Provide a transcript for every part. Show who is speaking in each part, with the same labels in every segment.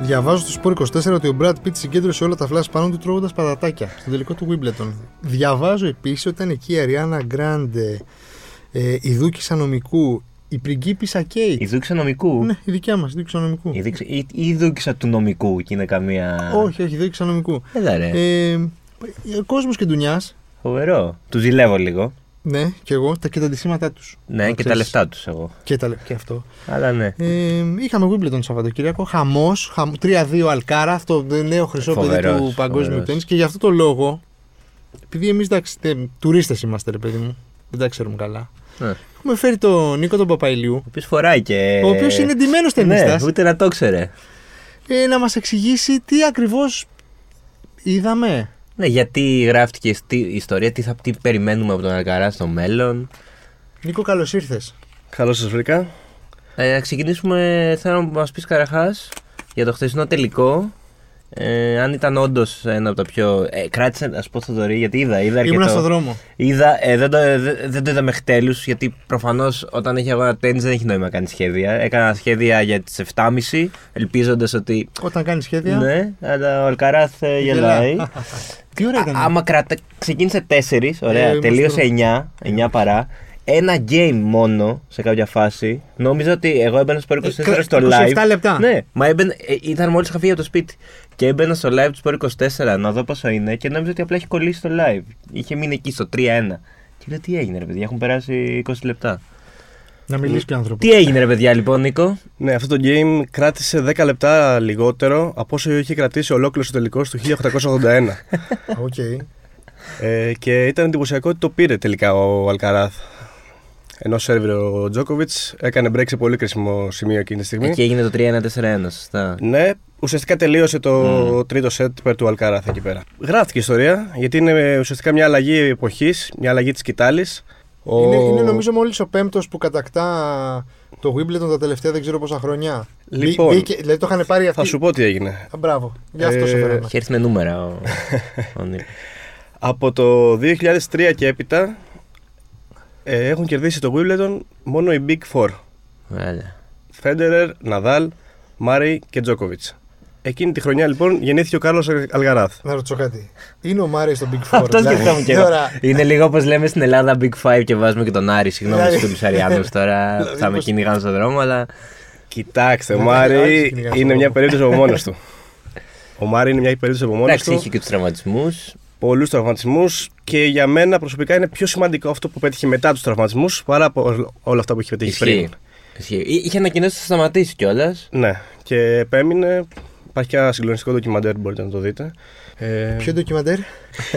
Speaker 1: Διαβάζω στο Σπόρ 24 ότι ο Brad Pitt συγκέντρωσε όλα τα φλάσ πάνω του τρώγοντας πατατάκια στο τελικό του Wimbledon. Διαβάζω επίσης ότι ήταν εκεί η Αριάννα Γκράντε, ε, η Δούκη Ανομικού, η Πριγκίπισσα Κέιτ.
Speaker 2: Η δούξα νομικού.
Speaker 1: Ναι, η δικιά μας, η Δούκη Ανομικού.
Speaker 2: Η, δούξα, η, η δούξα του νομικού και είναι καμία.
Speaker 1: Όχι, όχι, η Δούκη Ανομικού.
Speaker 2: Έλα ρε.
Speaker 1: Ε, Κόσμο και ντουνιά,
Speaker 2: Φοβερό. Του ζηλεύω λίγο.
Speaker 1: ναι, και εγώ, τα, και τα αντισήματά τους.
Speaker 2: Ναι, και τα λεφτά τους εγώ.
Speaker 1: Και, τα, λε- και αυτό.
Speaker 2: Αλλά ναι.
Speaker 1: Ε, είχαμε Wimbledon το Σαββατοκύριακο. Χαμός. 3-2 Αλκάρα, το νέο χρυσό παιδί
Speaker 2: Φοβερός,
Speaker 1: του παγκόσμιου
Speaker 2: φοβερός.
Speaker 1: τέννη. Και γι' αυτό το λόγο, επειδή εμείς τουρίστες είμαστε, ρε παιδί μου, δεν τα ξέρουμε καλά.
Speaker 2: Ναι.
Speaker 1: Έχουμε φέρει τον Νίκο τον Παπαϊλιού,
Speaker 2: Ο οποίος φοράει και.
Speaker 1: ο οποίος είναι εντυμένο
Speaker 2: Ε, Ναι,
Speaker 1: ταινίστας,
Speaker 2: ούτε να το ξέρε.
Speaker 1: ε, να μας εξηγήσει τι ακριβώς είδαμε.
Speaker 2: Ναι, γιατί γράφτηκε η στι- η ιστορία, τι, θα, τι περιμένουμε από τον Αλκαρά στο μέλλον.
Speaker 1: Νίκο, καλώς ήρθες.
Speaker 3: Καλώς σας βρήκα.
Speaker 2: Ε, να ξεκινήσουμε, θέλω να μας πεις καραχά για το χθεσινό τελικό. Ε, αν ήταν όντως ένα από τα πιο. Ε, κράτησε, ας πω, Θοδωρή, γιατί είδα, είδα αρκετό.
Speaker 1: Ήμουνα στον δρόμο.
Speaker 2: Είδα, ε, δεν, το, δε- δεν το είδα μέχρι τέλου, γιατί προφανώς όταν έχει αγώνα τέννη δεν έχει νόημα να κάνει σχέδια. Έκανα σχέδια για τις 7.30, ελπίζοντας ότι.
Speaker 1: Όταν κάνει σχέδια.
Speaker 2: Ναι, αλλά ο Αλκαράθ ε, γελάει.
Speaker 1: γελά. Τι ωραία
Speaker 2: Α-
Speaker 1: ήταν.
Speaker 2: Άμα κράτα... ξεκίνησε 4, ωραία,
Speaker 1: Ε, είμαστε
Speaker 2: τελείωσε
Speaker 1: εδώ.
Speaker 2: 9, 9 παρά. Ένα game μόνο σε κάποια φάση. Νόμιζα ότι εγώ έμπαινα στο Sport 24
Speaker 1: Ε,
Speaker 2: στο
Speaker 1: 27
Speaker 2: live.
Speaker 1: λεπτά.
Speaker 2: Ναι, μα έμπαινα, ε, ήταν μόλις είχα φύγει από το σπίτι. Και έμπαινα στο live του Sport 24 να δω πόσο είναι και νόμιζα ότι απλά έχει κολλήσει το live. Είχε μείνει εκεί στο 3-1. Και λέω τι έγινε ρε παιδιά, έχουν περάσει 20 λεπτά.
Speaker 1: Να μιλήσει πιο άνθρωπος.
Speaker 2: Τι έγινε ρε παιδιά λοιπόν Νίκο.
Speaker 3: Ναι, αυτό το game κράτησε 10 λεπτά λιγότερο από όσο είχε κρατήσει ολόκληρο ο τελικός του 1881.
Speaker 1: Οκ.
Speaker 3: ε, και ήταν εντυπωσιακό ότι το πήρε τελικά ο Αλκαράθ. Ενώ σερβιρε ο Τζόκοβιτ έκανε break σε πολύ κρίσιμο σημείο εκείνη τη στιγμή.
Speaker 2: Εκεί έγινε το 3-1-4-1, σωστά.
Speaker 3: Ναι, ουσιαστικά τελείωσε το
Speaker 1: Mm.
Speaker 3: τρίτο σετ υπέρ του Αλκαράθ εκεί πέρα. Γράφτηκε η ιστορία, γιατί είναι ε, ουσιαστικά μια αλλαγή εποχής, μια αλλαγή της κοιτάλη.
Speaker 1: Είναι, είναι νομίζω μόλις ο πέμπτος που κατακτά το Wimbledon τα τελευταία δεν ξέρω πόσα χρόνια.
Speaker 3: Λοιπόν.
Speaker 1: Μπή- μπήκε- δηλαδή το είχαν πάρει αυτοί.
Speaker 3: Θα σου πω τι έγινε.
Speaker 1: Α, μπράβο, για αυτό
Speaker 3: Ε,
Speaker 1: σε φέραμε.
Speaker 2: Είχε έρθει με νούμερα ο, ο Νίκος.
Speaker 3: Από το 2003 και έπειτα ε, έχουν κερδίσει το Wimbledon μόνο οι Big Four.
Speaker 2: Ωραία.
Speaker 3: Φέντερερ, Ναδάλ, Μάρι και Τζόκοβιτς. Εκείνη τη χρονιά λοιπόν γεννήθηκε ο Κάρλος Αλγαράθ.
Speaker 1: Να ρωτήσω κάτι. Είναι ο Μάρι στο Big Four.
Speaker 2: Αυτός
Speaker 1: δηλαδή,
Speaker 2: σκεφτόμουν και εγώ.
Speaker 1: τώρα,
Speaker 2: Είναι λίγο όπως λέμε στην Ελλάδα Big Five και βάζουμε και τον Άρη. Συγγνώμη
Speaker 1: Δηλαδή-
Speaker 2: στους Κολυσαριάνου τώρα.
Speaker 1: Δηλαδή,
Speaker 2: Θα με
Speaker 1: πώς-
Speaker 2: κυνηγάνε στον δρόμο, αλλά.
Speaker 3: Κοιτάξτε, ο
Speaker 1: Ναι, Άρης
Speaker 3: Μάρι
Speaker 1: κυνηγάς
Speaker 3: είναι
Speaker 1: τον
Speaker 3: μια
Speaker 1: κόπο.
Speaker 3: περίπτωση από μόνος του. Ο Μάρι είναι μια περίπτωση από μόνος
Speaker 2: Εντάξει,
Speaker 3: του.
Speaker 2: είχε και τους τραυματισμούς.
Speaker 3: Πολλούς τραυματισμούς και για μένα προσωπικά είναι πιο σημαντικό αυτό που πέτυχε μετά τους τραυματισμούς παρά από όλα αυτά που είχε πετύχει πριν.
Speaker 2: Είχε ανακοινώσει ότι θα σταματήσει κιόλας.
Speaker 3: Ναι, και επέμεινε. Υπάρχει και ένα συγκλονιστικό ντοκιμαντέρ, μπορείτε να το δείτε. Ε,
Speaker 1: Ποιο ντοκιμαντέρ.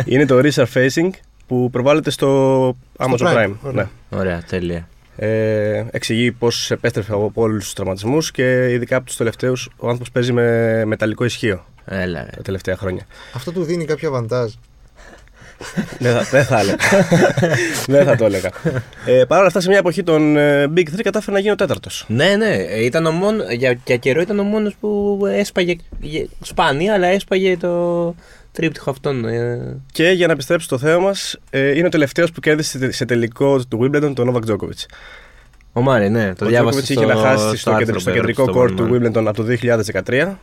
Speaker 3: είναι το Resurfacing που προβάλλεται στο Amazon
Speaker 1: Prime,
Speaker 3: Prime.
Speaker 1: ωραία.
Speaker 3: Ναι.
Speaker 2: Ωραία, τέλεια.
Speaker 3: Ε, εξηγεί πώς επέστρεφε από όλους τους τραυματισμούς και ειδικά από τους τελευταίους ο άνθρωπος παίζει με μεταλλικό ισχύο
Speaker 2: Έλα. ρε.
Speaker 3: τα τελευταία χρόνια.
Speaker 1: Αυτό του δίνει κάποια βαντάζ.
Speaker 3: δεν, θα, δεν θα έλεγα. δεν θα το έλεγα. Ε, Παρ' όλα αυτά, σε μια εποχή των ε, Big 3 κατάφερε να γίνει ο τέταρτος.
Speaker 2: Ναι, ναι, ε, ήταν ο μόνο, για, για καιρό ήταν ο μόνος που έσπαγε. γε- Σπάνια, αλλά έσπαγε το τρίπτυχο αυτόν. ε.
Speaker 3: Και για να επιστρέψω στο θέμα μας, ε, είναι ο τελευταίος που κέρδισε σε τελικό του Wimbledon τον Novak Djokovic.
Speaker 2: Ο Μάρι, ναι, το
Speaker 3: ο
Speaker 2: διάβασα.
Speaker 3: Djokovic είχε να χάσει στο,
Speaker 2: άρθρο
Speaker 3: κεντρικό,
Speaker 2: που
Speaker 3: στο
Speaker 2: έγραψε
Speaker 3: κεντρικό
Speaker 2: στο
Speaker 3: κόρτ
Speaker 2: One
Speaker 3: του
Speaker 2: Man.
Speaker 3: Wimbledon από το 2013.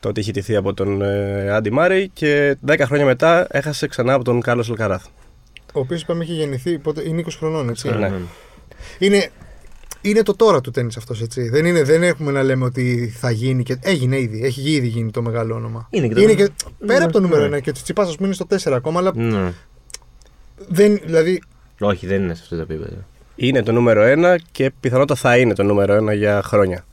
Speaker 3: Τότε είχε τηθεί από τον ε, Άντι Μάρι και 10 χρόνια μετά έχασε ξανά από τον Κάρλο Αλκαράθ.
Speaker 1: Ο οποίος είπαμε είχε γεννηθεί. Πότε, είναι 20 χρονών, έτσι.
Speaker 3: Ναι.
Speaker 1: Είναι, είναι το τώρα του τέννη αυτός, έτσι. Δεν, είναι, δεν έχουμε να λέμε ότι θα γίνει και. Έγινε ήδη. Έχει ήδη γίνει το μεγάλο όνομα.
Speaker 2: Είναι και το-
Speaker 1: πέρα από το νούμερο
Speaker 2: Ναι.
Speaker 1: 1 και ο Τσιπάς, ας πούμε, είναι στο 4 ακόμα, αλλά
Speaker 2: Ναι.
Speaker 1: δεν. Δηλαδή,
Speaker 2: Όχι, δεν είναι σε αυτό το επίπεδο.
Speaker 3: Είναι το νούμερο 1 και πιθανότατα θα είναι το νούμερο 1 για χρόνια.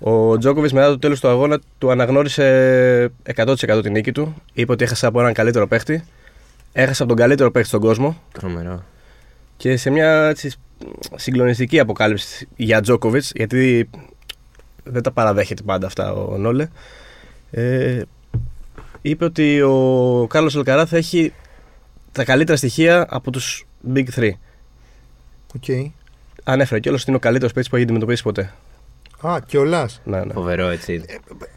Speaker 3: Ο Τζόκοβιτ μετά το τέλος του αγώνα του αναγνώρισε 100% τη νίκη του. Είπε ότι έχασε από έναν καλύτερο παίχτη. Έχασε από τον καλύτερο παίχτη στον κόσμο.
Speaker 2: Τρομερό.
Speaker 3: Και σε μια έτσι, συγκλονιστική αποκάλυψη για Τζόκοβιτ, γιατί δεν τα παραδέχεται πάντα αυτά ο Νόλε. Ε, είπε ότι ο Κάρλος Αλκαράθ έχει τα καλύτερα στοιχεία από τους Big 3.
Speaker 1: οκ.
Speaker 3: Ανέφερε κιόλας ότι είναι ο καλύτερος παίκτης που έχει αντιμετωπίσει ποτέ.
Speaker 1: Α, κιόλας.
Speaker 3: Ναι, ναι.
Speaker 2: Φοβερό έτσι.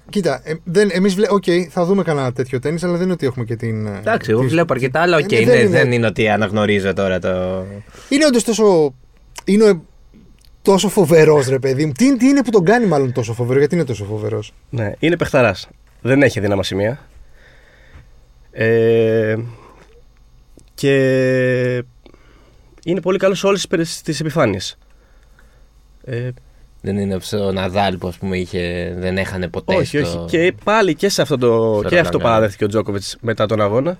Speaker 1: Κοίτα, ε, δεν, εμείς βλέ... οκ, θα δούμε κανένα τέτοιο τέννις, αλλά δεν είναι ότι έχουμε και την... ε,
Speaker 2: Εντάξει, εγώ
Speaker 1: τις-
Speaker 2: βλέπω αρκετά, αλλά οκ,
Speaker 1: Ε,
Speaker 2: ναι,
Speaker 1: δεν
Speaker 2: δεν,
Speaker 1: είναι-
Speaker 2: είναι ότι αναγνωρίζω τώρα το.
Speaker 1: Είναι όντως τόσο... Είναι ο- τόσο φοβερός, ρε παιδί μου. Τι, τι είναι που τον κάνει μάλλον τόσο φοβερό, γιατί είναι τόσο φοβερός.
Speaker 3: Ναι, είναι παιχταράς. Δεν έχει δύναμα σημεία. Ε, και είναι πολύ καλός σε όλες τις επιφάνειες. Ε,
Speaker 2: Δεν είναι ο Ναδάλ που ας πούμε είχε, δεν έχανε ποτέ
Speaker 3: όχι,
Speaker 2: στο...
Speaker 3: όχι. Και πάλι και, σε αυτό, το,
Speaker 2: στο
Speaker 3: και αυτό
Speaker 2: Ρολαγκάν.
Speaker 3: παραδέχτηκε ο Τζόκοβιτ μετά τον αγώνα.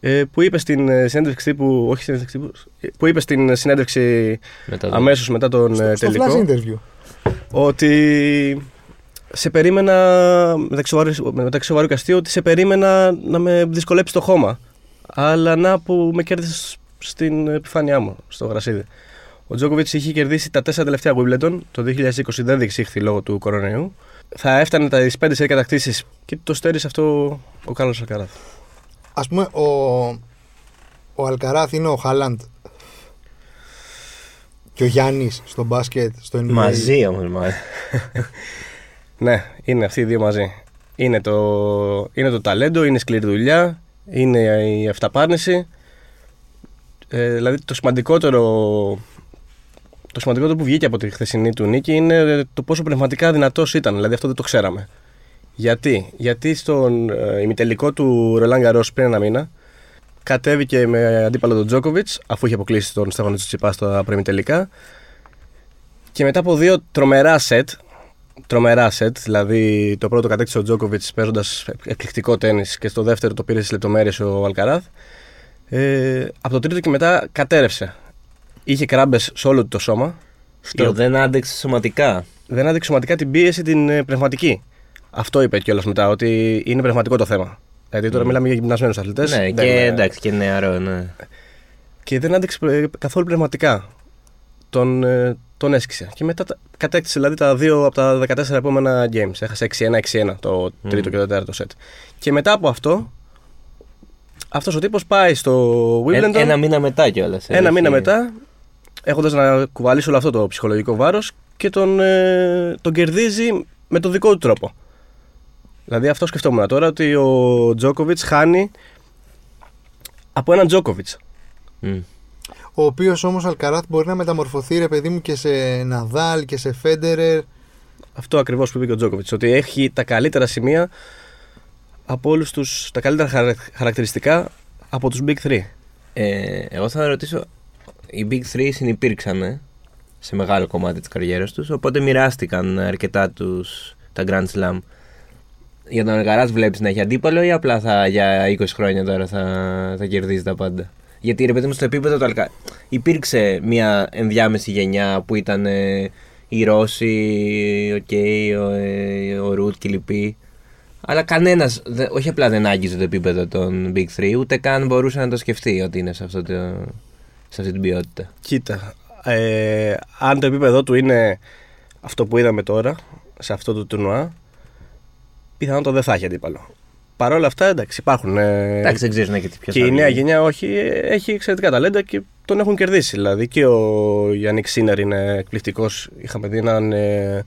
Speaker 3: Ε, που είπε στην ε, συνέντευξη τύπου. Όχι συνέντευξη τύπου. ε, Που είπε στην συνέντευξη
Speaker 2: μετά το-
Speaker 3: αμέσως μετά τον ε,
Speaker 1: στο
Speaker 3: τελικό.
Speaker 1: flash interview.
Speaker 3: ότι σε περίμενα μεταξύ σοβαρού- μεταξύ σοβαρού και αστείου ότι σε περίμενα να με δυσκολέψει το χώμα. Αλλά να που με κέρδισε στην επιφάνειά μου, στο γρασίδι. Ο Τζόκοβιτ είχε κερδίσει τα τέσσερα τελευταία Wimbledon. Το 2020 δεν διεξήχθη λόγω του κορονοϊού. Θα έφτανε τα 5 σε κατακτήσεις και το στέρισε αυτό ο Κάρλος Αλκαράθ.
Speaker 1: Ας πούμε, ο, ο Αλκαράθ είναι ο Χάλαντ. Και ο Γιάννης στο μπάσκετ, στο NBA.
Speaker 2: Μαζί όμως μάλλον.
Speaker 3: Ναι, είναι αυτοί οι δύο μαζί. Είναι το, είναι το ταλέντο, είναι η σκληρή δουλειά, είναι η αυταπάρνηση. Ε, δηλαδή το σημαντικότερο, το σημαντικότερο που βγήκε από τη χθεσινή του νίκη είναι ε, το πόσο πνευματικά δυνατός ήταν. Δηλαδή αυτό δεν το ξέραμε. Γιατί, Γιατί στον ε, ημιτελικό του Ρολάν Γκαρός πριν ένα μήνα κατέβηκε με αντίπαλο τον Τζόκοβιτς αφού είχε αποκλείσει τον Στέφανο Τσιπά στα προημιτελικά και μετά από δύο τρομερά σετ τρομερά σετ. Δηλαδή, το πρώτο κατέκτησε ο Τζόκοβιτ παίζοντας εκπληκτικό τέννη και στο δεύτερο το πήρε στις λεπτομέρειες ο Αλκαράθ. Ε, από το τρίτο και μετά κατέρευσε. Είχε κράμπες σε όλο του το σώμα.
Speaker 2: Στο δεν άντεξε σωματικά.
Speaker 3: Δεν άντεξε σωματικά την πίεση την ε, πνευματική. Αυτό είπε κιόλας μετά, ότι είναι πνευματικό το θέμα. Δηλαδή τώρα
Speaker 2: Μμμ.
Speaker 3: μιλάμε για γυμνασμένους αθλητές.
Speaker 2: Ναι, και εντάξει και νεαρό, ναι.
Speaker 3: και δεν άντεξε ε, καθόλου πνευματικά. Τον, ε, τον έσκησε. Και μετά τα- κατέκτησε δηλαδή τα δύο από τα 14 επόμενα games. Έχασε 6-1-6-1 το
Speaker 2: Μμμ.
Speaker 3: τρίτο και το τέταρτο σετ. Και μετά από αυτό, αυτός ο τύπος πάει στο Wimbledon.
Speaker 2: Ε, ένα μήνα μετά κιόλας.
Speaker 3: Ένα μήνα μετά, έχοντας να κουβαλήσει όλο αυτό το ψυχολογικό βάρος και τον, ε, τον κερδίζει με τον δικό του τρόπο. Δηλαδή αυτό σκεφτόμουν τώρα ότι ο Τζόκοβιτ χάνει από έναν Τζόκοβιτ.
Speaker 1: Ο οποίος όμως Αλκαράθ μπορεί να μεταμορφωθεί, ρε παιδί μου, και σε Ναδάλ και σε Φέντερερ.
Speaker 3: Αυτό ακριβώς που είπε και ο Τζόκοβιτ. Ότι έχει τα καλύτερα σημεία από όλους τους. τα καλύτερα χαρα- χαρακτηριστικά από τους Big 3.
Speaker 2: Ε, εγώ θα ρωτήσω, οι Big 3 συνυπήρξαν σε μεγάλο κομμάτι της καριέρας τους, οπότε μοιράστηκαν αρκετά τους τα Grand Slam. Για τον Αλκαράς βλέπεις να έχει αντίπαλο ή απλά θα, για 20 χρόνια τώρα θα, θα κερδίζει τα πάντα. Γιατί ρε παιδί μου στο επίπεδο του Αλκαράς υπήρξε μια ενδιάμεση γενιά που ήταν ε, οι Ρώσοι, ο Κέι, ο, ε, ο Ρουτ και οι λοιποί. Αλλά κανένας, όχι απλά δεν άγγιζε το επίπεδο των Big 3, ούτε καν μπορούσε να το σκεφτεί ότι είναι σε, αυτό το, σε αυτή την ποιότητα.
Speaker 3: Κοίτα, ε, αν το επίπεδό του είναι αυτό που είδαμε τώρα, σε αυτό το τουρνουά, πιθανότατα δεν θα έχει αντίπαλο. Παρ' όλα αυτά, εντάξει, υπάρχουν. ε,
Speaker 2: Εντάξει, δεν ξέρουν και τι ποιος
Speaker 3: και η νέα γενιά, όχι, ε, έχει εξαιρετικά ταλέντα και τον έχουν κερδίσει. Δηλαδή και ο Γιάννη Σίνερ είναι εκπληκτικός. Είχαμε δει έναν ε,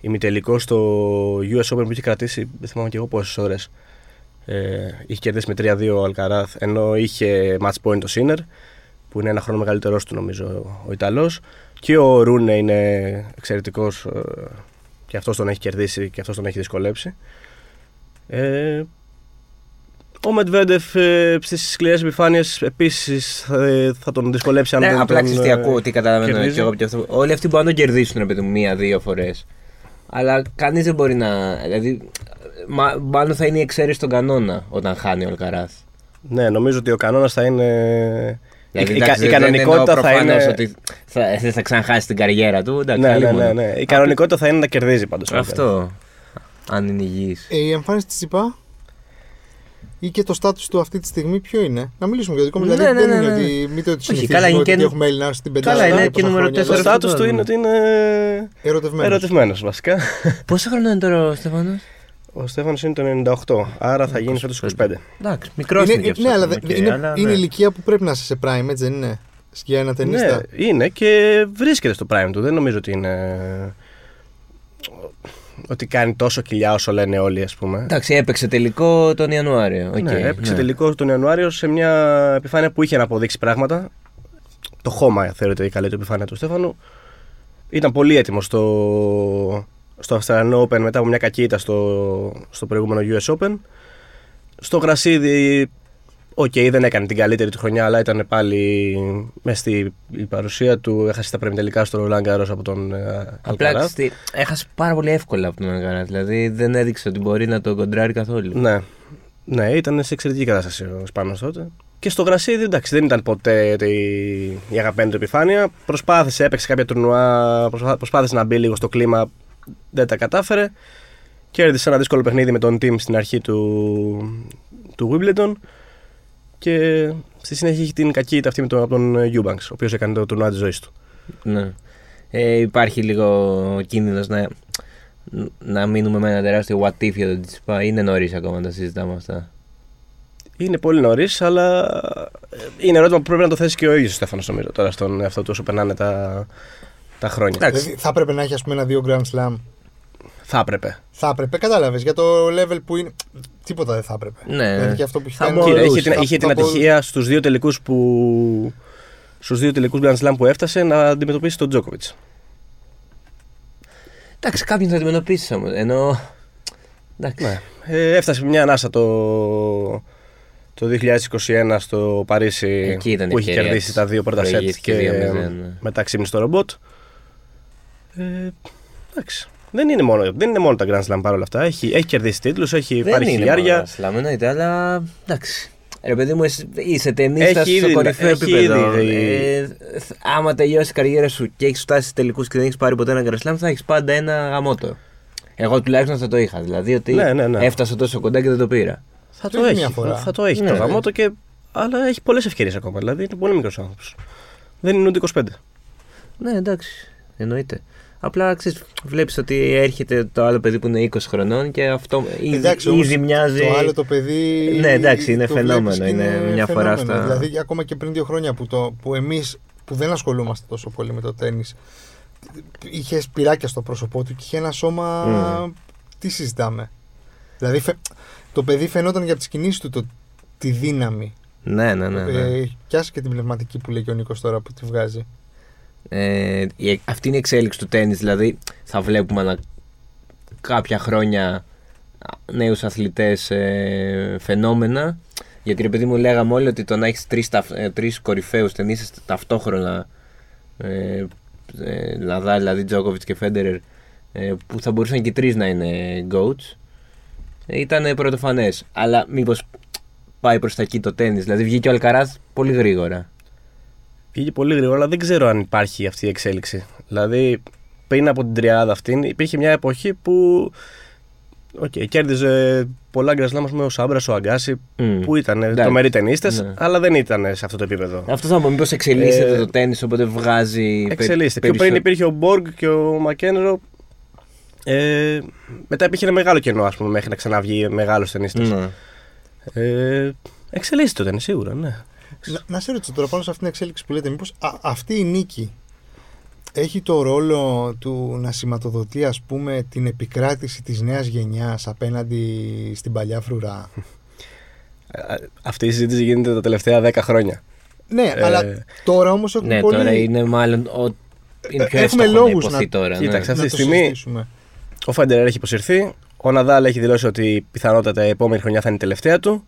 Speaker 3: ημιτελικός στο US Open που είχε κρατήσει, δεν θυμάμαι και εγώ πόσες ώρες. Ε, είχε κερδίσει με 3-2 ο Αλκαράθ, ενώ είχε match point ο Σίνερ, που είναι ένα χρόνο μεγαλύτερό του νομίζω ο Ιταλός. Και ο Ρούνε είναι εξαιρετικός. Ε, και αυτός τον έχει κερδίσει και αυτός τον έχει δυσκολέψει. Ε, ο Μετβέντεφ ε, στις σκληρές επιφάνειες επίσης ε, θα τον δυσκολέψει αν
Speaker 2: Ναι,
Speaker 3: δεν
Speaker 2: απλά
Speaker 3: τον,
Speaker 2: ξέρεις τι
Speaker 3: ε,
Speaker 2: ακούω, τι καταλαβαίνω
Speaker 3: κερδίζει.
Speaker 2: και εγώ και αυτό. Όλοι αυτοί μπορούν να τον κερδίσουν, επειδή μου, μία-δύο φορές. Αλλά κανείς δεν μπορεί να. Δηλαδή, μα, μάλλον θα είναι η εξαίρεση στον κανόνα όταν χάνει ο Αλκαράθ.
Speaker 3: Ναι, νομίζω ότι ο κανόνας θα είναι.
Speaker 2: Δηλαδή,
Speaker 3: η,
Speaker 2: εντάξει,
Speaker 3: η,
Speaker 2: δεν- δεν
Speaker 3: κανονικότητα
Speaker 2: εννοώ
Speaker 3: θα
Speaker 2: προφανώς
Speaker 3: είναι.
Speaker 2: Ότι θα, δεν θα ξαναχάσεις την καριέρα του. Εντάξει,
Speaker 3: ναι, ναι,
Speaker 2: αλλήμον.
Speaker 3: ναι, ναι. Η κανονικότητα θα είναι να κερδίζει πάντως.
Speaker 2: Αυτό. Αν είναι υγιής.
Speaker 1: Ε, η εμφάνιση της ΣΥΠΑ ή και το στάτου του αυτή τη στιγμή ποιο είναι. Να μιλήσουμε για το δικό μου.
Speaker 2: Ναι,
Speaker 1: Δηλαδή
Speaker 2: ναι,
Speaker 1: δεν
Speaker 2: ναι,
Speaker 1: είναι
Speaker 2: ναι.
Speaker 1: ότι μην το
Speaker 2: Όχι,
Speaker 1: συνηθίζουμε
Speaker 2: καλά, είναι
Speaker 1: ότι
Speaker 2: και-
Speaker 1: έχουμε Έλληνα στην πεντάδα.
Speaker 2: Καλά, είναι
Speaker 1: εδώ
Speaker 2: και
Speaker 1: πόσα
Speaker 2: νούμερο
Speaker 1: χρόνια.
Speaker 3: Το
Speaker 2: τέσσερα.
Speaker 3: στάτου του είναι ότι είναι
Speaker 1: Ερωτευμένος.
Speaker 3: ερωτευμένος βασικά.
Speaker 2: Πόσα χρόνια είναι τώρα ο Στέφανος?
Speaker 3: Ο Στέφανος είναι το 98, άρα θα γίνει φέτος 25.
Speaker 2: Εντάξει, μικρός είναι,
Speaker 1: Είναι-
Speaker 2: και αυτός,
Speaker 1: Ναι, αλλά
Speaker 2: οκ,
Speaker 1: δεν- είναι, είναι
Speaker 2: ναι.
Speaker 1: ηλικία που πρέπει να είσαι σε prime, έτσι δεν είναι. Για ένα
Speaker 3: Ναι,
Speaker 1: ταινίστα.
Speaker 3: είναι και βρίσκεται στο prime του. Δεν νομίζω ότι είναι. ότι κάνει τόσο κοιλιά όσο λένε όλοι, ας πούμε.
Speaker 2: Εντάξει, έπαιξε τελικό τον Ιανουάριο. Οκ,
Speaker 3: ναι, έπαιξε
Speaker 2: ναι.
Speaker 3: τελικό τον Ιανουάριο σε μια επιφάνεια που είχε να αποδείξει πράγματα. Το χώμα θεωρείται η καλή του επιφάνεια του Στέφανου. Ήταν πολύ έτοιμος στο, στο Αυστραλιανό Open μετά από μια κακή ήττα στο, στο προηγούμενο US Open. Στο Γρασίδι, οκ, δεν έκανε την καλύτερη του χρονιά, αλλά ήταν πάλι μέσα στη η παρουσία του. Έχασε τα πρεμιτελικά στο Roland Garros από τον ε,
Speaker 2: Απλά
Speaker 3: Alcaraz.
Speaker 2: ξέρεις τι, έχασε πάρα πολύ εύκολα από τον Αλκαρά. Δηλαδή δεν έδειξε ότι μπορεί να το κοντράρει καθόλου.
Speaker 3: Ναι. Ναι, ήταν σε εξαιρετική κατάσταση ο Σπάνος τότε. Και στο γρασίδι, εντάξει, δεν ήταν ποτέ τη- η αγαπημένη του επιφάνεια. Προσπάθησε, έπαιξε κάποια τουρνουά, προσπά- προσπάθησε να μπει λίγο στο κλίμα, δεν τα κατάφερε. Κέρδισε ένα δύσκολο παιχνίδι με τον Τιμ στην αρχή του, του Wimbledon. Και στη συνέχεια είχε την κακή ήττα αυτή με τον, από τον Eubanks, ο οποίος έκανε το τουρνουά της ζωής του.
Speaker 2: Ναι. Ε, υπάρχει λίγο κίνδυνος να, να μείνουμε με ένα τεράστιο what if για τον Τσιπά. Είναι νωρίς ακόμα να τα συζητάμε αυτά.
Speaker 3: Είναι πολύ νωρίς, αλλά ε, είναι ερώτημα που πρέπει να το θέσει και ο ίδιος ο Στέφανος, νομίζω, τώρα στον εαυτό του όσο περνάνε τα, τα χρόνια.
Speaker 1: Δηλαδή, θα έπρεπε να έχει ας πούμε, ένα-δύο Grand Slam.
Speaker 3: Θα έπρεπε.
Speaker 1: Θα έπρεπε, κατάλαβες. Για το level που είναι. Τίποτα δεν θα έπρεπε.
Speaker 2: Ναι.
Speaker 1: Δηλαδή και αυτό που έχει
Speaker 2: Θα
Speaker 1: κάνει.
Speaker 2: μπορούσε.
Speaker 3: Κύριε,
Speaker 2: Μπορούσε.
Speaker 3: είχε, την, είχε την ατυχία στους δύο τελικούς που... Στους δύο τελικούς Grand Slam που έφτασε να αντιμετωπίσει τον Τζόκοβιτς.
Speaker 2: Εντάξει, κάποιον θα αντιμετωπίσει όμως. Ενώ. Εντάξει.
Speaker 3: Ναι. Ε, έφτασε με μια ανάσα το, το 2021 στο Παρίσι
Speaker 2: Εκεί ήταν η
Speaker 3: που είχε
Speaker 2: ευκαιρία
Speaker 3: κερδίσει
Speaker 2: της.
Speaker 3: τα δύο πρώτα σετ
Speaker 2: Προηγήθηκε
Speaker 3: και
Speaker 2: 2-0, ναι.
Speaker 3: μετά ξύπνησε το ρομπότ. Ε, εντάξει. Δεν είναι, μόνο, δεν είναι μόνο τα Grand Slam παρόλα αυτά. Έχει, έχει κερδίσει τίτλους, έχει
Speaker 2: Δεν
Speaker 3: πάρει
Speaker 2: είναι
Speaker 3: χιλιάρια.
Speaker 2: Σλάμ, εννοείται, αλλά εντάξει. Ρε παιδί μου, εσύ- είσαι ταινίστα
Speaker 3: Έχει
Speaker 2: στο
Speaker 3: ήδη-
Speaker 2: κορυφαίο
Speaker 3: έχει
Speaker 2: επίπεδο.
Speaker 3: ήδη-
Speaker 2: Ε, θ- άμα τελειώσει η καριέρα σου και έχεις φτάσει τελικούς και δεν έχεις πάρει ποτέ ένα γκρασλάμ, θα έχεις πάντα ένα γαμότο. Εγώ τουλάχιστον θα το είχα. Δηλαδή ότι
Speaker 3: Ναι, ναι, ναι.
Speaker 2: έφτασα τόσο κοντά και δεν το πήρα.
Speaker 3: Θα
Speaker 1: Το
Speaker 3: το,
Speaker 1: έχει
Speaker 3: έχει,
Speaker 1: μια φορά.
Speaker 3: θα, θα το έχει
Speaker 2: Ναι.
Speaker 3: το γαμό του και. Αλλά έχει πολλές ευκαιρίες ακόμα. Δηλαδή είναι πολύ μικρός άνθρωπος. Δεν είναι ούτε 25.
Speaker 2: Ναι, εντάξει. Εννοείται. Απλά ξέρεις, βλέπεις ότι έρχεται το άλλο παιδί που είναι 20 χρονών και αυτό ήδη,
Speaker 1: Ε, Εντάξει,
Speaker 2: ήδη
Speaker 1: όμως
Speaker 2: μοιάζει.
Speaker 1: Το άλλο το παιδί.
Speaker 2: Ναι, εντάξει, είναι
Speaker 1: το βλέπεις
Speaker 2: φαινόμενο,
Speaker 1: και
Speaker 2: είναι μια φορά στα-
Speaker 1: Δηλαδή και ακόμα και πριν δύο χρόνια που, το, που εμείς που δεν ασχολούμαστε τόσο πολύ με το τέννη, είχε σπυράκια στο πρόσωπό του και είχε ένα σώμα.
Speaker 2: Μμμ.
Speaker 1: Τι συζητάμε. Δηλαδή φαι- το παιδί φαινόταν για τις κινήσεις του το, τη δύναμη.
Speaker 2: Ναι, ναι, ναι. ναι.
Speaker 1: Ε, κι άσε και την πνευματική που λέει και ο Νίκος τώρα που τη βγάζει.
Speaker 2: Ε, η- αυτή είναι η εξέλιξη του τέννις, δηλαδή θα βλέπουμε ανα- κάποια χρόνια νέους αθλητές ε, φαινόμενα. Γιατί ρε παιδί μου λέγαμε όλοι ότι το να έχεις τρεις, ταφ, ε, τρεις κορυφαίους ταινίσεις ταυτόχρονα ε, ε, Ναδάλ, δηλαδή Τζόκοβιτς και Φέντερερ ε, που θα μπορούσαν και οι τρεις να είναι goats ε, ήταν πρωτοφανές. Αλλά μήπως πάει προς τα εκεί το τέννις, δηλαδή βγήκε ο Αλκαράθ πολύ γρήγορα.
Speaker 3: Πήγε πολύ γρήγορα, αλλά δεν ξέρω αν υπάρχει αυτή η εξέλιξη. Δηλαδή πριν από την τριάδα αυτήν υπήρχε μια εποχή που. Οκ, κέρδιζε πολλά γκρασλά μας με ο Σάμπρας, ο Αγκάση,
Speaker 2: Μμ.
Speaker 3: που ήταν
Speaker 2: Εντάξει.
Speaker 3: τρομεροί ταινίστε,
Speaker 2: Ναι.
Speaker 3: αλλά δεν ήταν σε αυτό το επίπεδο.
Speaker 2: Αυτό θα πω, μήπως εξελίσσεται
Speaker 3: Ε,
Speaker 2: το τέννις, οπότε βγάζει πε-
Speaker 3: Εξελίσσεται. Πιο
Speaker 2: περισσο-
Speaker 3: πριν υπήρχε ο Μπόργκ και ο Μακένρο. Ε, μετά υπήρχε ένα μεγάλο κενό, ας πούμε, μέχρι να ξαναβγεί μεγάλος ταινίστη.
Speaker 2: Ναι.
Speaker 3: Ε, εξελίσσεται ήταν σίγουρα, ναι.
Speaker 1: Να, να σε ρωτήσω τώρα πάνω σε αυτήν την εξέλιξη που λέτε, μήπως α- αυτή η νίκη έχει το ρόλο του να σηματοδοτεί ας πούμε την επικράτηση της νέας γενιάς απέναντι στην παλιά φρουρά.
Speaker 3: Ε, Αυτή η συζήτηση γίνεται τα τελευταία 10 χρόνια.
Speaker 1: ναι,
Speaker 3: Ε,
Speaker 1: αλλά τώρα όμως έχουμε
Speaker 2: Ναι,
Speaker 1: πολύ...
Speaker 2: τώρα είναι μάλλον. Ο... Είναι πιο
Speaker 1: Έχουμε
Speaker 3: Ε,
Speaker 2: εύστοχο
Speaker 1: λόγους
Speaker 2: να υποθεί
Speaker 1: να-
Speaker 2: τώρα.
Speaker 3: Κοίταξε,
Speaker 1: να
Speaker 2: ναι.
Speaker 3: αυτή τη
Speaker 1: το
Speaker 3: στιγμή-
Speaker 1: συζητήσουμε.
Speaker 3: Ο Φέντερ έχει υποσυρθεί. Ο Ναδάλ έχει δηλώσει ότι πιθανότατα η επόμενη χρονιά θα είναι η τελευταία του.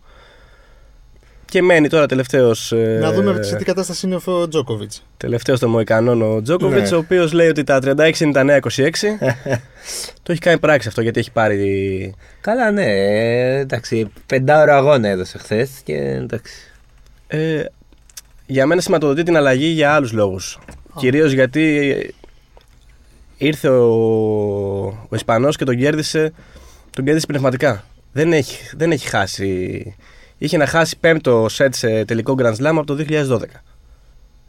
Speaker 3: Και μένει τώρα ε, τελευταίο.
Speaker 1: Να δούμε σε τι κατάσταση είναι ο Τζόκοβιτς.
Speaker 3: Τελευταίος των Μοϊκανών ο Τζόκοβιτ,
Speaker 2: Ναι.
Speaker 3: ο οποίος λέει ότι τα 36 είναι τα νέα 26. το έχει κάνει πράξη αυτό γιατί έχει πάρει
Speaker 2: Καλά, ναι. ε, Εντάξει, πεντάωρο αγώνα έδωσε χθες και εντάξει.
Speaker 3: Ε, για μένα σηματοδοτεί την αλλαγή για άλλους λόγους. Κυρίως γιατί ήρθε ο, ο Ισπανός και τον κέρδισε, τον κέρδισε πνευματικά. Δεν έχει, δεν έχει χάσει. Είχε να χάσει πέμπτο σετ σε τελικό Grand Slam από το 2012.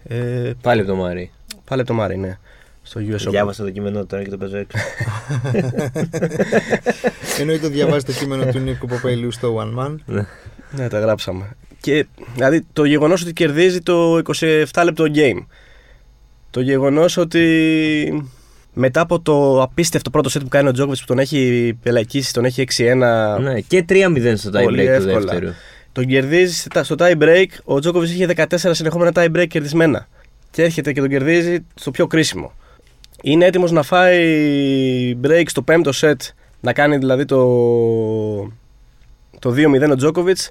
Speaker 3: Ε,
Speaker 2: Πάλι από το Μάρι.
Speaker 3: πάλι από το Μάρι, ναι. Στο US Open.
Speaker 2: Διάβασα το κείμενό τώρα και το παίζω έξω.
Speaker 1: Εννοείται ότι διαβάζεις το κείμενο του Νίκου Ποπέλιου στο One Man.
Speaker 3: Ναι, τα γράψαμε. Και δηλαδή το γεγονός ότι κερδίζει το 27 λεπτό game. Το γεγονός ότι μετά από το απίστευτο πρώτο set που κάνει ο Τζόκοβιτς που τον έχει πελακίσει, τον έχει 6-1,
Speaker 2: ναι, και 3-0 στο tie
Speaker 3: Πολύ
Speaker 2: break του
Speaker 3: εύκολα.
Speaker 2: δεύτερου.
Speaker 3: τον κερδίζεις στα- στο tie break. Ο Τζόκοβιτς είχε 14 συνεχόμενα tie break κερδισμένα. Και έρχεται και τον κερδίζει στο πιο κρίσιμο. είναι έτοιμος να φάει break στο πέμπτο σετ, να κάνει δηλαδή το, το 2-0 ο Τζόκοβιτς,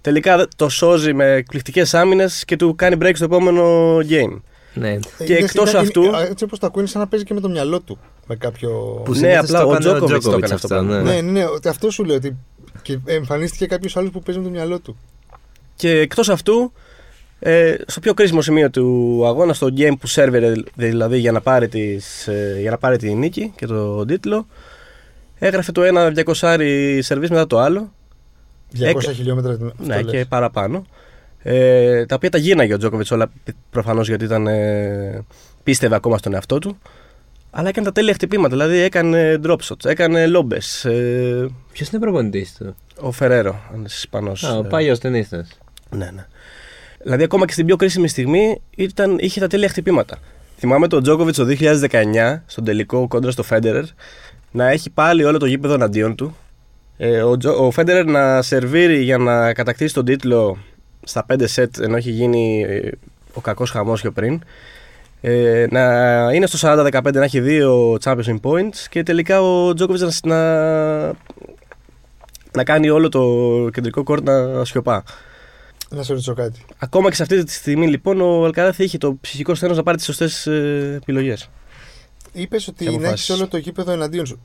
Speaker 3: τελικά το σώζει με εκπληκτικές άμυνες και του κάνει break στο επόμενο game.
Speaker 2: Ναι.
Speaker 1: Ε,
Speaker 3: Και
Speaker 1: είναι-
Speaker 3: εκτός
Speaker 1: είναι-
Speaker 3: αυτού-
Speaker 1: είναι- Έτσι όπως το ακούει, είναι σαν να παίζει και με το μυαλό του. Με κάποιο.
Speaker 2: Που συνήθως
Speaker 3: Ναι, απλά
Speaker 2: το
Speaker 3: ο
Speaker 2: έκανε
Speaker 3: Djokovic το έκανε
Speaker 2: Djokovic
Speaker 3: αυτό
Speaker 2: ναι.
Speaker 1: Ναι, ναι, ναι, ότι αυτό σου λέω. Ότι και εμφανίστηκε κάποιος άλλος που παίζει με το μυαλό του.
Speaker 3: Και εκτός αυτού, ε, στο πιο κρίσιμο σημείο του αγώνα, στο game που σερβερε δηλαδή για να πάρει, τις, ε, για να πάρει τη νίκη και τον τίτλο, έγραφε το ένα 200 σερβίς μετά το άλλο,
Speaker 1: 200
Speaker 3: Έκα-
Speaker 1: χιλιόμετρα. αυτό
Speaker 3: ναι,
Speaker 1: λες.
Speaker 3: και παραπάνω. Ε, τα οποία τα γίναγε ο Τζόκοβιτ όλα προφανώς γιατί ήταν, ε, πίστευε ακόμα στον εαυτό του. Αλλά έκανε τα τέλεια χτυπήματα. Δηλαδή έκανε drop shots, έκανε λόμπες. Ε,
Speaker 2: Ποιος είναι προπονητής του.
Speaker 3: ο Φεραίρο, αν είσαι Ισπανός.
Speaker 2: Α, ο
Speaker 3: Ε,
Speaker 2: παλιός ταινίστας.
Speaker 3: ναι, ναι. Δηλαδή, ακόμα και στην πιο κρίσιμη στιγμή ήταν, είχε τα τέλεια χτυπήματα. Θυμάμαι τον Τζόκοβιτ το 2019, στον τελικό κόντρα στο Φέντερερ, να έχει πάλι όλο το γήπεδο εναντίον του. Ε, ο, Τζο, ο Φέντερερ να σερβίρει για να κατακτήσει τον τίτλο στα 5 σετ, ενώ έχει γίνει ε, ο κακός χαμός πιο πριν. Ε, να είναι στο 40-15 να έχει δύο championship points και τελικά ο Τζόκοβιτς να, να, να κάνει όλο το κεντρικό κόρτ να σιωπά.
Speaker 1: Να σε ρωτήσω κάτι.
Speaker 3: Ακόμα και σε αυτή τη στιγμή λοιπόν ο Αλκαράθ είχε το ψυχικό σθένος να πάρει τις σωστές ε, επιλογές.
Speaker 1: Είπες ότι
Speaker 3: Και
Speaker 1: να
Speaker 3: αποφάσεις.
Speaker 1: έχει όλο το γήπεδο εναντίον σου.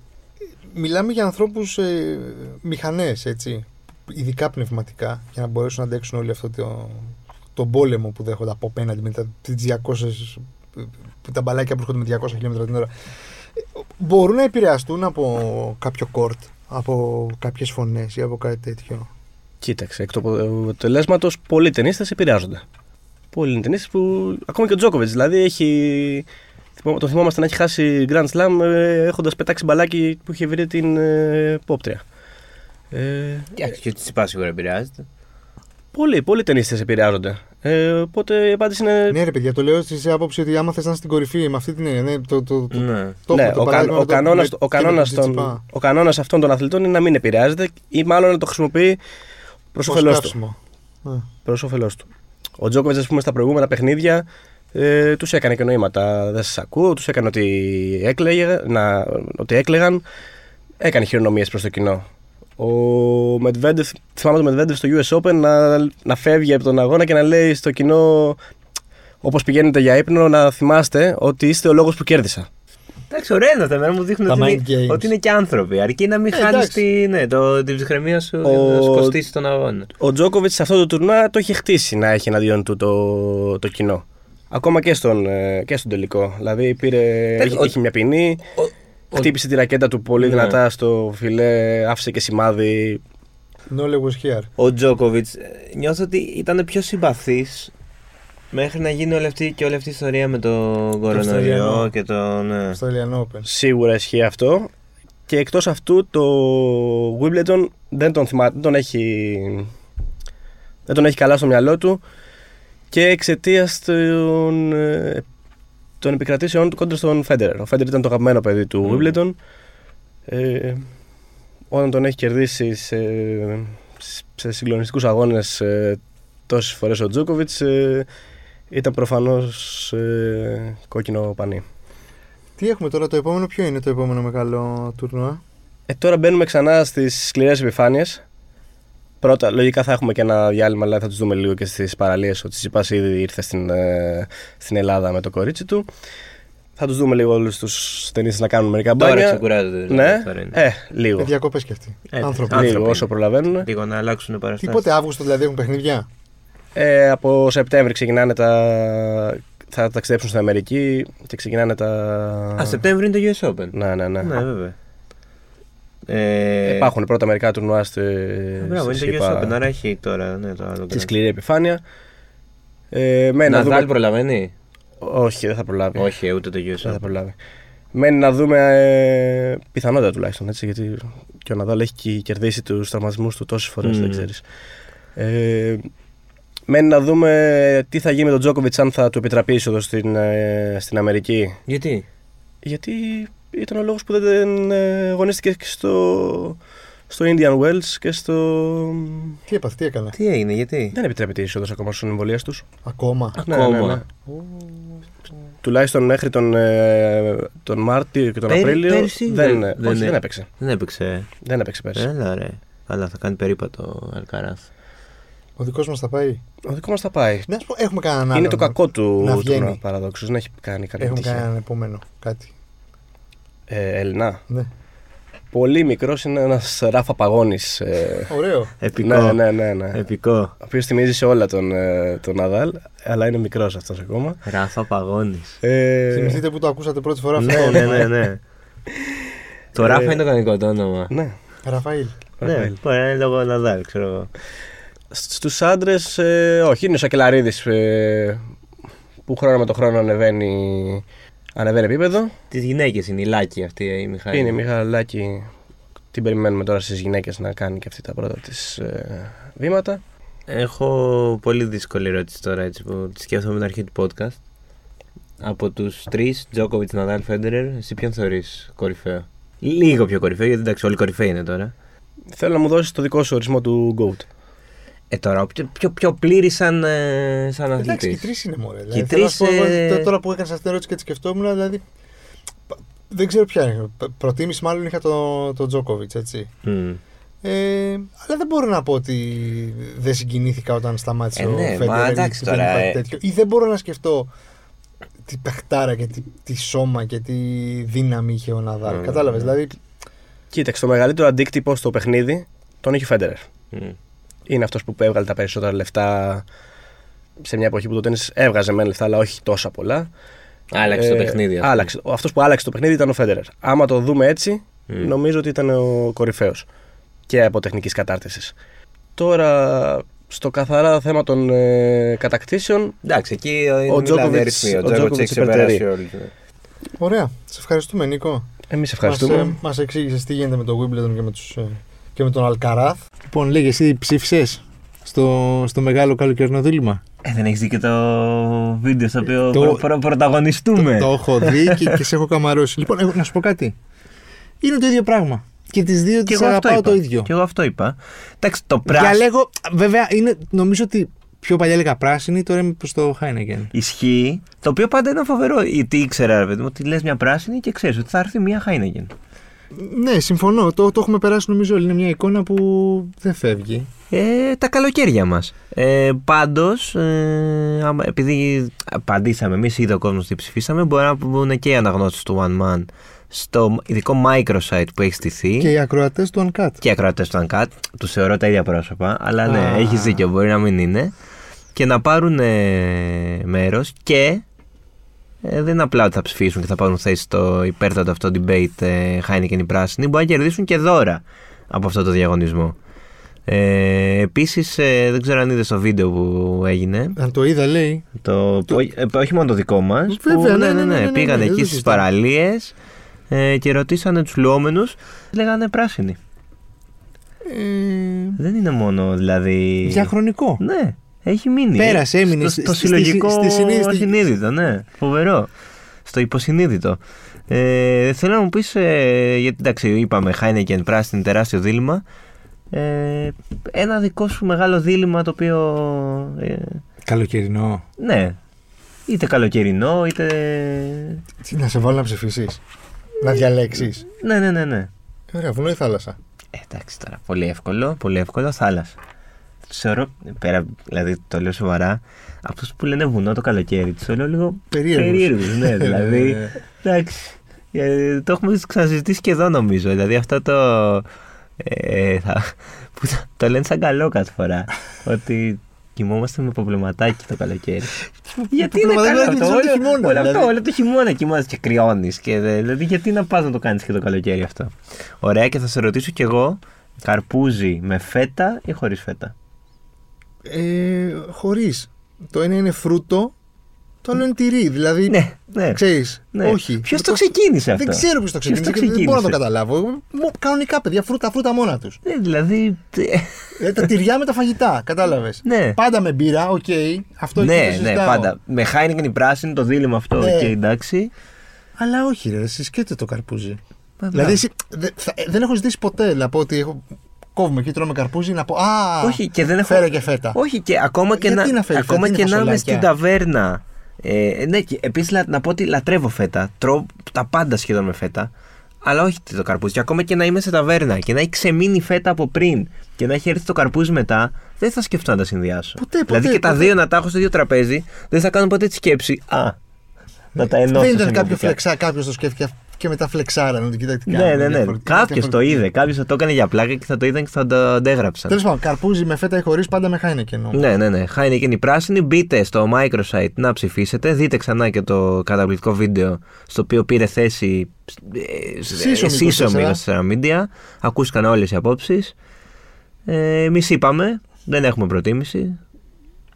Speaker 1: Μιλάμε για ανθρώπους ε, μηχανές, έτσι. Ειδικά πνευματικά, για να μπορέσουν να αντέξουν όλο αυτό το, τον πόλεμο που δέχονται από απέναντι με τα, τις 200, ε, που τα μπαλάκια που έρχονται με 200 χιλιόμετρα την ώρα. Ε, Μπορούν να επηρεαστούν από κάποιο κόρτ, από κάποιες φωνές ή από κάτι τέτοιο.
Speaker 3: Κοίταξε, εκ του αποτελέσματο πολλοί ταινίστες επηρεάζονται. Πολλοί ταινίστες που. Ακόμα και ο Τζόκοβιτ δηλαδή έχει. θυμό- Το θυμόμαστε να έχει χάσει Grand Slam έχοντας πετάξει μπαλάκι που είχε βρει την ε, πόπτρια. Ε,
Speaker 2: Εντάξει, και ο Τσιπά σίγουρα επηρεάζεται.
Speaker 3: πολλοί, πολλοί ταινίστες επηρεάζονται. Ε, οπότε η απάντηση είναι.
Speaker 1: Ναι, ρε παιδιά, το λέω σε άποψη ότι άμα θες να είσαι στην κορυφή με αυτή την έννοια. Ναι, το, το, το,
Speaker 2: Ναι.
Speaker 1: το
Speaker 3: ναι,
Speaker 1: έχουμε το
Speaker 3: ο, κα,
Speaker 1: παράδειγμα
Speaker 3: ο,
Speaker 1: με το-
Speaker 3: κανόνας,
Speaker 1: με-
Speaker 3: ο,
Speaker 1: και με
Speaker 3: κανόνας
Speaker 1: τον
Speaker 3: των-
Speaker 1: Τσιτσιπά.
Speaker 3: ο κανόνας αυτών των αθλητών είναι να μην επηρεάζεται ή μάλλον να το χρησιμοποιεί προς
Speaker 1: Ως
Speaker 3: όφελός του.
Speaker 1: καύσιμο. Ναι.
Speaker 3: προς όφελός του. Ο Τζόκοβιτ, ας πούμε, στα προηγούμενα παιχνίδια ε, τους έκανε και νοήματα. Δεν σας ακούω, τους έκανε ότι, έκλαιγε, να, ότι έκλαιγαν. Έκανε χειρονομίες προς το κοινό. Ο Medvedev, θυμάμαι τον Medvedev στο US Open να, να φεύγει από τον αγώνα και να λέει στο κοινό Όπως πηγαίνετε για ύπνο, να θυμάστε ότι είστε ο λόγος που κέρδισα.
Speaker 2: Εντάξει, ωραία είναι αυτά. Εμένα μου δείχνουν
Speaker 1: Τα
Speaker 2: ότι,
Speaker 1: mind games.
Speaker 2: είναι, ότι είναι και άνθρωποι. Αρκεί να μην
Speaker 1: Ε,
Speaker 2: χάνεις
Speaker 1: εντάξει.
Speaker 2: τη, ναι, το, την ψυχραιμία σου
Speaker 3: Ο-
Speaker 2: για να σου κοστίσει τον αγώνα.
Speaker 3: Ο Τζόκοβιτ σε αυτό το τουρνά το είχε χτίσει να έχει εναντίον του το, το κοινό. Ακόμα και στον, ε, και στον τελικό. Δηλαδή πήρε,
Speaker 2: Εντάξει,
Speaker 3: είχε,
Speaker 2: ο-
Speaker 3: είχε μια ποινή.
Speaker 2: ο-
Speaker 3: Χτύπησε τη ρακέτα του πολύ
Speaker 2: Ναι.
Speaker 3: δυνατά στο φιλέ, άφησε και σημάδι.
Speaker 1: No leg was here.
Speaker 2: Ο Τζόκοβιτ νιώθω ότι ήταν πιο συμπαθής μέχρι να γίνει όλη αυτή, και όλη αυτή η ιστορία με τον
Speaker 1: Αυστραλιανό.
Speaker 2: κορονοϊό και τον. Ναι.
Speaker 1: Στο Australian Open.
Speaker 3: Σίγουρα ισχύει αυτό. Και εκτός αυτού το Wimbledon δεν τον, θυμά... δεν τον έχει... δεν τον έχει καλά στο μυαλό του και εξαιτίας των, ε, των επικρατήσεών του κόντρα στον Φέντερ. Ο Φέντερ ήταν το αγαπημένο παιδί του
Speaker 2: Μμμ.
Speaker 3: Wimbledon. Ε, όταν τον έχει κερδίσει σε, σε συγκλονιστικούς αγώνες ε, τόσες φορές ο Τζόκοβιτς ε, ήταν προφανώς ε, κόκκινο πανί.
Speaker 1: Τι έχουμε τώρα, το επόμενο ποιο είναι το επόμενο μεγάλο τουρνουά.
Speaker 3: Ε, τώρα μπαίνουμε ξανά στις σκληρές επιφάνειες. Πρώτα, λογικά θα έχουμε και ένα διάλειμμα, αλλά θα του δούμε λίγο και στις παραλίες. Ο Τσιπά ήδη ήρθες στην, ε, στην Ελλάδα με το κορίτσι του. Θα τους δούμε λίγο όλους τους ταινίστε να κάνουν μερικά
Speaker 2: Τώρα
Speaker 3: μπάνια.
Speaker 2: ξεκουράζονται.
Speaker 3: ναι,
Speaker 2: δηλαδή, Τώρα είναι.
Speaker 3: ε, λίγο.
Speaker 1: Ε, διακοπές και αυτοί.
Speaker 2: Ε,
Speaker 1: Άνθρωποι.
Speaker 2: άνθρωποι
Speaker 3: λίγο
Speaker 2: είναι.
Speaker 3: όσο προλαβαίνουν.
Speaker 2: Λίγο να αλλάξουν
Speaker 3: Ναι,
Speaker 2: παραστάσεις.
Speaker 1: Τίποτε Αύγουστο δηλαδή έχουν παιχνίδια.
Speaker 3: Ε, από Σεπτέμβρη ξεκινάνε τα. θα ταξιδέψουν στην Αμερική και ξεκινάνε τα.
Speaker 2: Α, Σεπτέμβρη είναι το US Open.
Speaker 3: Ναι, ναι, ναι.
Speaker 2: Ναι, βέβαια. Ε,
Speaker 3: Υπάρχουν πρώτα μερικά τουρνουά στη.
Speaker 2: ε, Μπράβο, είναι
Speaker 3: στις
Speaker 2: το US
Speaker 3: ΗΠΑ,
Speaker 2: Open. Άρα έχει τώρα ναι, το άλλο.
Speaker 3: Στη σκληρή επιφάνεια. Ε, μένει να
Speaker 2: Ναδάλ
Speaker 3: δούμε
Speaker 2: προλαβαίνει.
Speaker 3: Όχι, ε, δεν θα προλάβει.
Speaker 2: Όχι, ούτε το US
Speaker 3: Δεν θα
Speaker 2: Open.
Speaker 3: προλάβει. Μένει να δούμε ε, πιθανότητα τουλάχιστον έτσι, γιατί και ο Ναδάλ έχει και κερδίσει τους τραυματισμούς του τόσες φορές,
Speaker 2: Μμμ.
Speaker 3: δεν ξέρεις. Ε, μένει να δούμε ε, τι θα γίνει με τον Τζόκοβιτ αν θα του επιτραπεί είσοδος στην, ε, στην Αμερική.
Speaker 2: Γιατί.
Speaker 3: Γιατί ήταν ο λόγος που δεν ε, αγωνίστηκε και στο, στο Indian Wells και στο.
Speaker 1: Τι έπαθε, τι έκανα.
Speaker 2: Τι έγινε, γιατί.
Speaker 3: Δεν επιτρέπεται η είσοδος ακόμα στους εμβολίες τους.
Speaker 1: Ακόμα.
Speaker 2: Ακόμα.
Speaker 3: Ναι, Τουλάχιστον μέχρι τον, ε, τον Μάρτιο και τον
Speaker 2: Πέρυ-
Speaker 3: Απρίλιο.
Speaker 2: πέρυσι
Speaker 3: δεν,
Speaker 2: δεν-
Speaker 3: δεν,
Speaker 2: δεν- Ε.
Speaker 3: όχι, δεν έπαιξε.
Speaker 2: Δεν έπαιξε.
Speaker 3: Δεν έπαιξε πέρσι.
Speaker 2: Έλα ρε. Αλλά θα κάνει περίπατο ο Αλκαράθ.
Speaker 1: Ο δικός μας θα πάει.
Speaker 3: Ο δικός μας θα πάει.
Speaker 1: Να σου πω, έχουμε κανέναν άλλον.
Speaker 3: Είναι το κακό του
Speaker 1: να βγαίνει.
Speaker 3: τουρνουά παραδόξως. Δεν έχει κάνει κάποια
Speaker 1: Έχουμε
Speaker 3: τυχαία.
Speaker 1: κανέναν επόμενο. Κάτι.
Speaker 3: Ε, Ελληνά.
Speaker 1: Ναι.
Speaker 3: Πολύ μικρός είναι ένας ράφα παγόνη.
Speaker 1: Ωραίο.
Speaker 2: Επικό. Ε.
Speaker 3: ναι, ναι, ναι. ναι.
Speaker 2: Επικό.
Speaker 3: Ο οποίος θυμίζει σε όλα τον, ε, τον Ναδάλ, αλλά είναι μικρός αυτός ακόμα.
Speaker 2: Ράφα Παγώνη.
Speaker 3: Ε,
Speaker 1: Θυμηθείτε που το ακούσατε πρώτη φορά αυτό.
Speaker 2: ναι, ναι, ναι, ναι. το
Speaker 3: Ε,
Speaker 2: Ράφα είναι το κανονικό το όνομα.
Speaker 3: ναι.
Speaker 1: Ραφαήλ.
Speaker 2: ναι,
Speaker 3: Ραφαήλ.
Speaker 2: μπορεί να είναι λόγω Ναδάλ, ξέρω εγώ.
Speaker 3: Στους άντρες, ε, όχι, είναι ο Σακελαρίδης ε, που χρόνο με το χρόνο ανεβαίνει, ανεβαίνει επίπεδο.
Speaker 2: Τις γυναίκες είναι, η Λάκη αυτή η Μιχαήλ.
Speaker 3: Είναι η Μιχαλάκη, την περιμένουμε τώρα στις γυναίκες να κάνει και αυτή τα πρώτα της ε, βήματα.
Speaker 2: Έχω πολύ δύσκολη ερώτηση τώρα έτσι που τη σκέφτομαι την αρχή του podcast. Από τους τρεις, Τζόκοβιτ, Ναδάλ, Φέντερερ, εσύ ποιον θεωρείς κορυφαίο. Λίγο πιο κορυφαίο, γιατί εντάξει, όλοι κορυφαίοι είναι τώρα.
Speaker 3: Θέλω να μου δώσεις το δικό σου ορισμό του GOAT.
Speaker 2: Ε, τώρα, ο πιο, πιο, πιο πλήρη σαν, ε, σαν
Speaker 1: Εντάξει,
Speaker 2: αθλητής.
Speaker 1: και τρεις είναι μωρέ.
Speaker 2: Και
Speaker 1: Δηλαδή, θέλω να σου πω,
Speaker 2: τρεις,
Speaker 1: εγώ,
Speaker 2: ε,
Speaker 1: τ- Τώρα που έκανε αυτή την ερώτηση και τη σκεφτόμουν, δηλαδή. πα- Δεν ξέρω ποια είναι. Π- Προτίμηση μάλλον είχα τον το Τζόκοβιτ, έτσι. Ε, αλλά δεν μπορώ να πω ότι δεν συγκινήθηκα όταν σταμάτησε
Speaker 2: Ε,
Speaker 1: ο
Speaker 2: ναι, μα,
Speaker 1: Φέντερ.
Speaker 2: εντάξει τώρα, ε.
Speaker 1: Ή δεν μπορώ να σκεφτώ τι παιχτάρα και τι, τι σώμα και τι δύναμη είχε ο Ναδάλ.
Speaker 2: Mm.
Speaker 1: Κατάλαβες. Δηλαδή,
Speaker 3: Κοίταξε, το μεγαλύτερο αντίκτυπο στο παιχνίδι τον είχε ο Φέντερερ. Είναι αυτός που έβγαλε τα περισσότερα λεφτά σε μια εποχή που το τέννις έβγαζε μεν λεφτά, αλλά όχι τόσα πολλά.
Speaker 2: Άλλαξε το
Speaker 3: Ε,
Speaker 2: παιχνίδι. αυτό.
Speaker 3: Άλλαξε. Αυτός που άλλαξε το παιχνίδι ήταν ο Φέντερερ. Άμα το δούμε έτσι,
Speaker 2: Μμ.
Speaker 3: νομίζω ότι ήταν ο κορυφαίος και από τεχνικής κατάρτισης. Τώρα, στο καθαρά θέμα των ε, κατακτήσεων,
Speaker 2: Εντάξει, εκεί ε,
Speaker 3: Ο
Speaker 2: μιλάμε
Speaker 3: Τζόκοβιτς-
Speaker 2: αριθμοί. Ο
Speaker 3: ο
Speaker 2: Τζόκοβιτ
Speaker 3: Τζόκοβιτς
Speaker 2: έχει ξεπεράσει
Speaker 3: υπερτερεί.
Speaker 2: όλους.
Speaker 1: ωραία. Σε ευχαριστούμε, Νίκο.
Speaker 3: εμείς ευχαριστούμε.
Speaker 1: Μας, ε, μας εξήγησες τι γίνεται με το Wimbledon και με, τους, ε, και με τον Αλκαράθ. Λοιπόν, λέγε εσύ ψήφισες στο, στο μεγάλο καλοκαιρινό δίλημα.
Speaker 2: Ε, δεν έχεις δει και το βίντεο στο οποίο
Speaker 1: Ε, Το-
Speaker 2: προ- προ- πρωταγωνιστούμε.
Speaker 1: Το έχω δει και, και σε έχω καμαρώσει. Λοιπόν, εγώ, να σου πω κάτι. Είναι το ίδιο πράγμα. Και τις δύο
Speaker 2: Και
Speaker 1: τις αγαπάω το ίδιο.
Speaker 2: Και εγώ αυτό είπα. Εντάξει, το πράσινο.
Speaker 1: Διαλέγω, βέβαια, είναι, νομίζω ότι πιο παλιά έλεγα πράσινη, τώρα είμαι προς το Heineken.
Speaker 2: Ισχύει. Το οποίο πάντα ήταν φοβερό. Γιατί ήξερα, ρε παιδί μου, ότι λες μια πράσινη και ξέρεις ότι θα έρθει μια Χάινεγεν.
Speaker 1: Ναι, συμφωνώ. Το, το έχουμε περάσει νομίζω όλοι. Είναι μια εικόνα που δεν φεύγει.
Speaker 2: Ε, τα καλοκαίρια μας. Ε, Πάντως, ε, άμα- επειδή απαντήσαμε εμείς, είδε ο κόσμος τι ψηφίσαμε, μπορεί να μπουν και οι αναγνώσεις του One Man στο ειδικό microsite που έχει στηθεί.
Speaker 1: Και οι ακροατές του Uncut.
Speaker 2: και ακροατές του Uncut. Τους θεωρώ τα ίδια πρόσωπα, αλλά ναι,
Speaker 1: Α.
Speaker 2: έχεις δίκιο, μπορεί να μην είναι. Και να πάρουν ε, μέρος και ε, δεν είναι απλά ότι θα ψηφίσουν και θα πάρουν θέση στο υπέρτατο αυτό debate ε, Heineken η πράσινη, μπορεί να κερδίσουν και δώρα από αυτό το διαγωνισμό. Ε, επίσης ε, δεν ξέρω αν είδες το βίντεο που έγινε
Speaker 1: Αν το είδα, λέει.
Speaker 2: το, όχι- ε, όχι μόνο το δικό μας.
Speaker 1: Βέβαια, ναι, ναι, ναι, ναι,
Speaker 2: Πήγαν
Speaker 1: ναι,
Speaker 2: εκεί
Speaker 1: δεν
Speaker 2: στις
Speaker 1: συζητάμε.
Speaker 2: παραλίες ε, και ρωτήσανε τους λουόμενους, λέγανε πράσινοι.
Speaker 1: Ε,
Speaker 2: Δεν είναι μόνο δηλαδή.
Speaker 1: διαχρονικό.
Speaker 2: Ναι, έχει μείνει.
Speaker 1: Πέρασε, έμεινε
Speaker 2: Στο,
Speaker 1: στη-
Speaker 2: στο
Speaker 1: στη-
Speaker 2: συλλογικό
Speaker 1: στη- στη συνείδηση.
Speaker 2: ασυνείδητο, ναι. Φοβερό. Στο υποσυνείδητο. Ε, θέλω να μου πεις, ε, γιατί εντάξει, είπαμε Heineken πράσινη, τεράστιο δίλημα. Ε, ένα δικό σου μεγάλο δίλημα το οποίο. ε,
Speaker 1: Καλοκαιρινό.
Speaker 2: ναι. Είτε καλοκαιρινό, είτε.
Speaker 1: Τι να σε βάλω να ψηφίσεις. Να διαλέξεις.
Speaker 2: Ναι, ναι, ναι, ναι.
Speaker 1: Ωραία, βουνό ή θάλασσα.
Speaker 2: Ε, εντάξει τώρα, πολύ εύκολο, πολύ εύκολο θάλασσα. Τους Θεωρώ, πέρα, δηλαδή το λέω σοβαρά, αυτούς που λένε βουνό το καλοκαίρι, τους λέω λίγο
Speaker 1: Περίεργους.
Speaker 2: περίεργους, ναι, δηλαδή.
Speaker 1: Ε,
Speaker 2: εντάξει. ε, το έχουμε ξαναζητήσει και εδώ νομίζω. Δηλαδή αυτό το. Ε, θα, που το, το λένε σαν καλό κάθε φορά. ότι κοιμόμαστε με προβληματάκι το καλοκαίρι. γιατί είναι
Speaker 1: προβληματάκι
Speaker 2: καλό
Speaker 1: είναι
Speaker 2: αυτό.
Speaker 1: σαν Ε, το
Speaker 2: Όλο,
Speaker 1: χειμώνα,
Speaker 2: όλο αυτό,
Speaker 1: δηλαδή.
Speaker 2: όλο το χειμώνα κοιμάσαι και κρυώνεις. Και, δε- δηλαδή, γιατί να πας να το κάνεις και το καλοκαίρι αυτό. Ωραία, και θα σε ρωτήσω κι εγώ, καρπούζι με φέτα ή χωρίς φέτα.
Speaker 1: Ε, Χωρίς. Το ένα είναι φρούτο, το άλλο είναι τυρί. Δηλαδή,
Speaker 2: Ναι, ναι.
Speaker 1: ξέρεις,
Speaker 2: ναι.
Speaker 1: όχι.
Speaker 2: Ποιος το ξεκίνησε αυτό.
Speaker 1: Δεν ξέρω ποιος το
Speaker 2: Ποιος
Speaker 1: ξεκίνησε. και Δεν μπορώ να το
Speaker 2: ξεκίνησε?
Speaker 1: καταλάβω. Μο- Κανονικά παιδιά, φρούτα, φρούτα μόνα τους.
Speaker 2: Ναι, δηλαδή.
Speaker 1: τα τυριά με τα φαγητά, κατάλαβες.
Speaker 2: Ναι.
Speaker 1: Πάντα με μπύρα, οκ. Αυτό εκεί το
Speaker 2: ναι, ναι,
Speaker 1: συζητάω.
Speaker 2: πάντα. Με Heineken η πράσινη το δίλημα αυτό.
Speaker 1: Ναι.
Speaker 2: Οκ, εντάξει.
Speaker 1: Αλλά όχι, ρε, συσκέτε το καρπούζι. Δηλαδή, εσύ- δε- θα- ε, δεν έχω ζητήσει ποτέ να πω ότι έχω, κόβουμε και τρώμε καρπούζι να πω Α,
Speaker 2: Όχι, και δεν έχω-
Speaker 1: φέρε και φέτα. Ε,
Speaker 2: Όχι και ακόμα και
Speaker 1: Γιατί
Speaker 2: να,
Speaker 1: να φέρει φέτα,
Speaker 2: ακόμα
Speaker 1: είναι
Speaker 2: και να είμαι
Speaker 1: φασολάκια.
Speaker 2: στην ταβέρνα. Ε, ναι, και επίσης να, να πω ότι λατρεύω φέτα. Τρώω τα πάντα σχεδόν με φέτα. Αλλά όχι το καρπούζι. Και ακόμα και να είμαι σε ταβέρνα και να έχει ξεμείνει η φέτα από πριν και να έχει έρθει το καρπούζι μετά, δεν θα σκεφτώ να τα συνδυάσω.
Speaker 1: Ποτέ, ποτέ,
Speaker 2: δηλαδή και τα
Speaker 1: ποτέ.
Speaker 2: δύο να τα έχω στο ίδιο τραπέζι, δεν θα κάνω ποτέ τη σκέψη. Α, να τα ενώσω.
Speaker 1: δεν ήταν
Speaker 2: σε μια
Speaker 1: κάποιο
Speaker 2: μπουκιά».
Speaker 1: φλεξά, κάποιος το σκέφτηκε και μετά φλεξάραν. Ότι κοιτάξτε τι
Speaker 2: Ναι,
Speaker 1: κάνουμε,
Speaker 2: ναι, ναι.
Speaker 1: διαφορετικό,
Speaker 2: Κάποιος το
Speaker 1: διαφορετικό.
Speaker 2: είδε. Κάποιος θα το έκανε για πλάκα και θα το είδαν και θα το αντέγραψαν.
Speaker 1: Τέλος πάντων, καρπούζι με φέτα ή χωρίς πάντα με χάινε κενό.
Speaker 2: Ναι, ναι, ναι. Heineken η πράσινη. Μπείτε στο microsite να ψηφίσετε. Δείτε ξανά και το καταπληκτικό βίντεο στο οποίο πήρε θέση ε,
Speaker 1: Σύσσωμη
Speaker 2: σύσσωμη
Speaker 1: 24.
Speaker 2: 24 Media. Ακούστηκαν όλες οι απόψεις. Ε, Εμείς είπαμε, δεν έχουμε προτίμηση.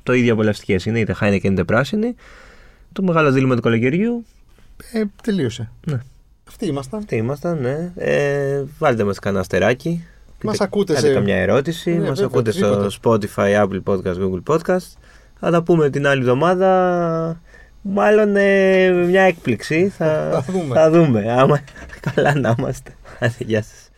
Speaker 2: Το ίδιο απολαυστικέ είναι, είτε Heineken είτε πράσινη. Το μεγάλο δίλημα του καλοκαιριού.
Speaker 1: Ε, τελείωσε.
Speaker 2: Ναι.
Speaker 1: Αυτοί ήμασταν.
Speaker 2: Τι ήμασταν, ναι. Ε, βάλτε μας κανένα αστεράκι.
Speaker 1: Μας
Speaker 2: Πείτε-
Speaker 1: ακούτε
Speaker 2: κάντε
Speaker 1: σε-
Speaker 2: καμιά ερώτηση.
Speaker 1: Ναι,
Speaker 2: μας
Speaker 1: βέβαια,
Speaker 2: ακούτε στο
Speaker 1: οτιδήποτε.
Speaker 2: Spotify, Apple Podcast, Google Podcast. Θα τα πούμε την άλλη εβδομάδα. Μάλλον ε, μια έκπληξη. Θα,
Speaker 1: Θα δούμε.
Speaker 2: Θα δούμε. Άμα, καλά να είμαστε. Άντε, Γεια σας.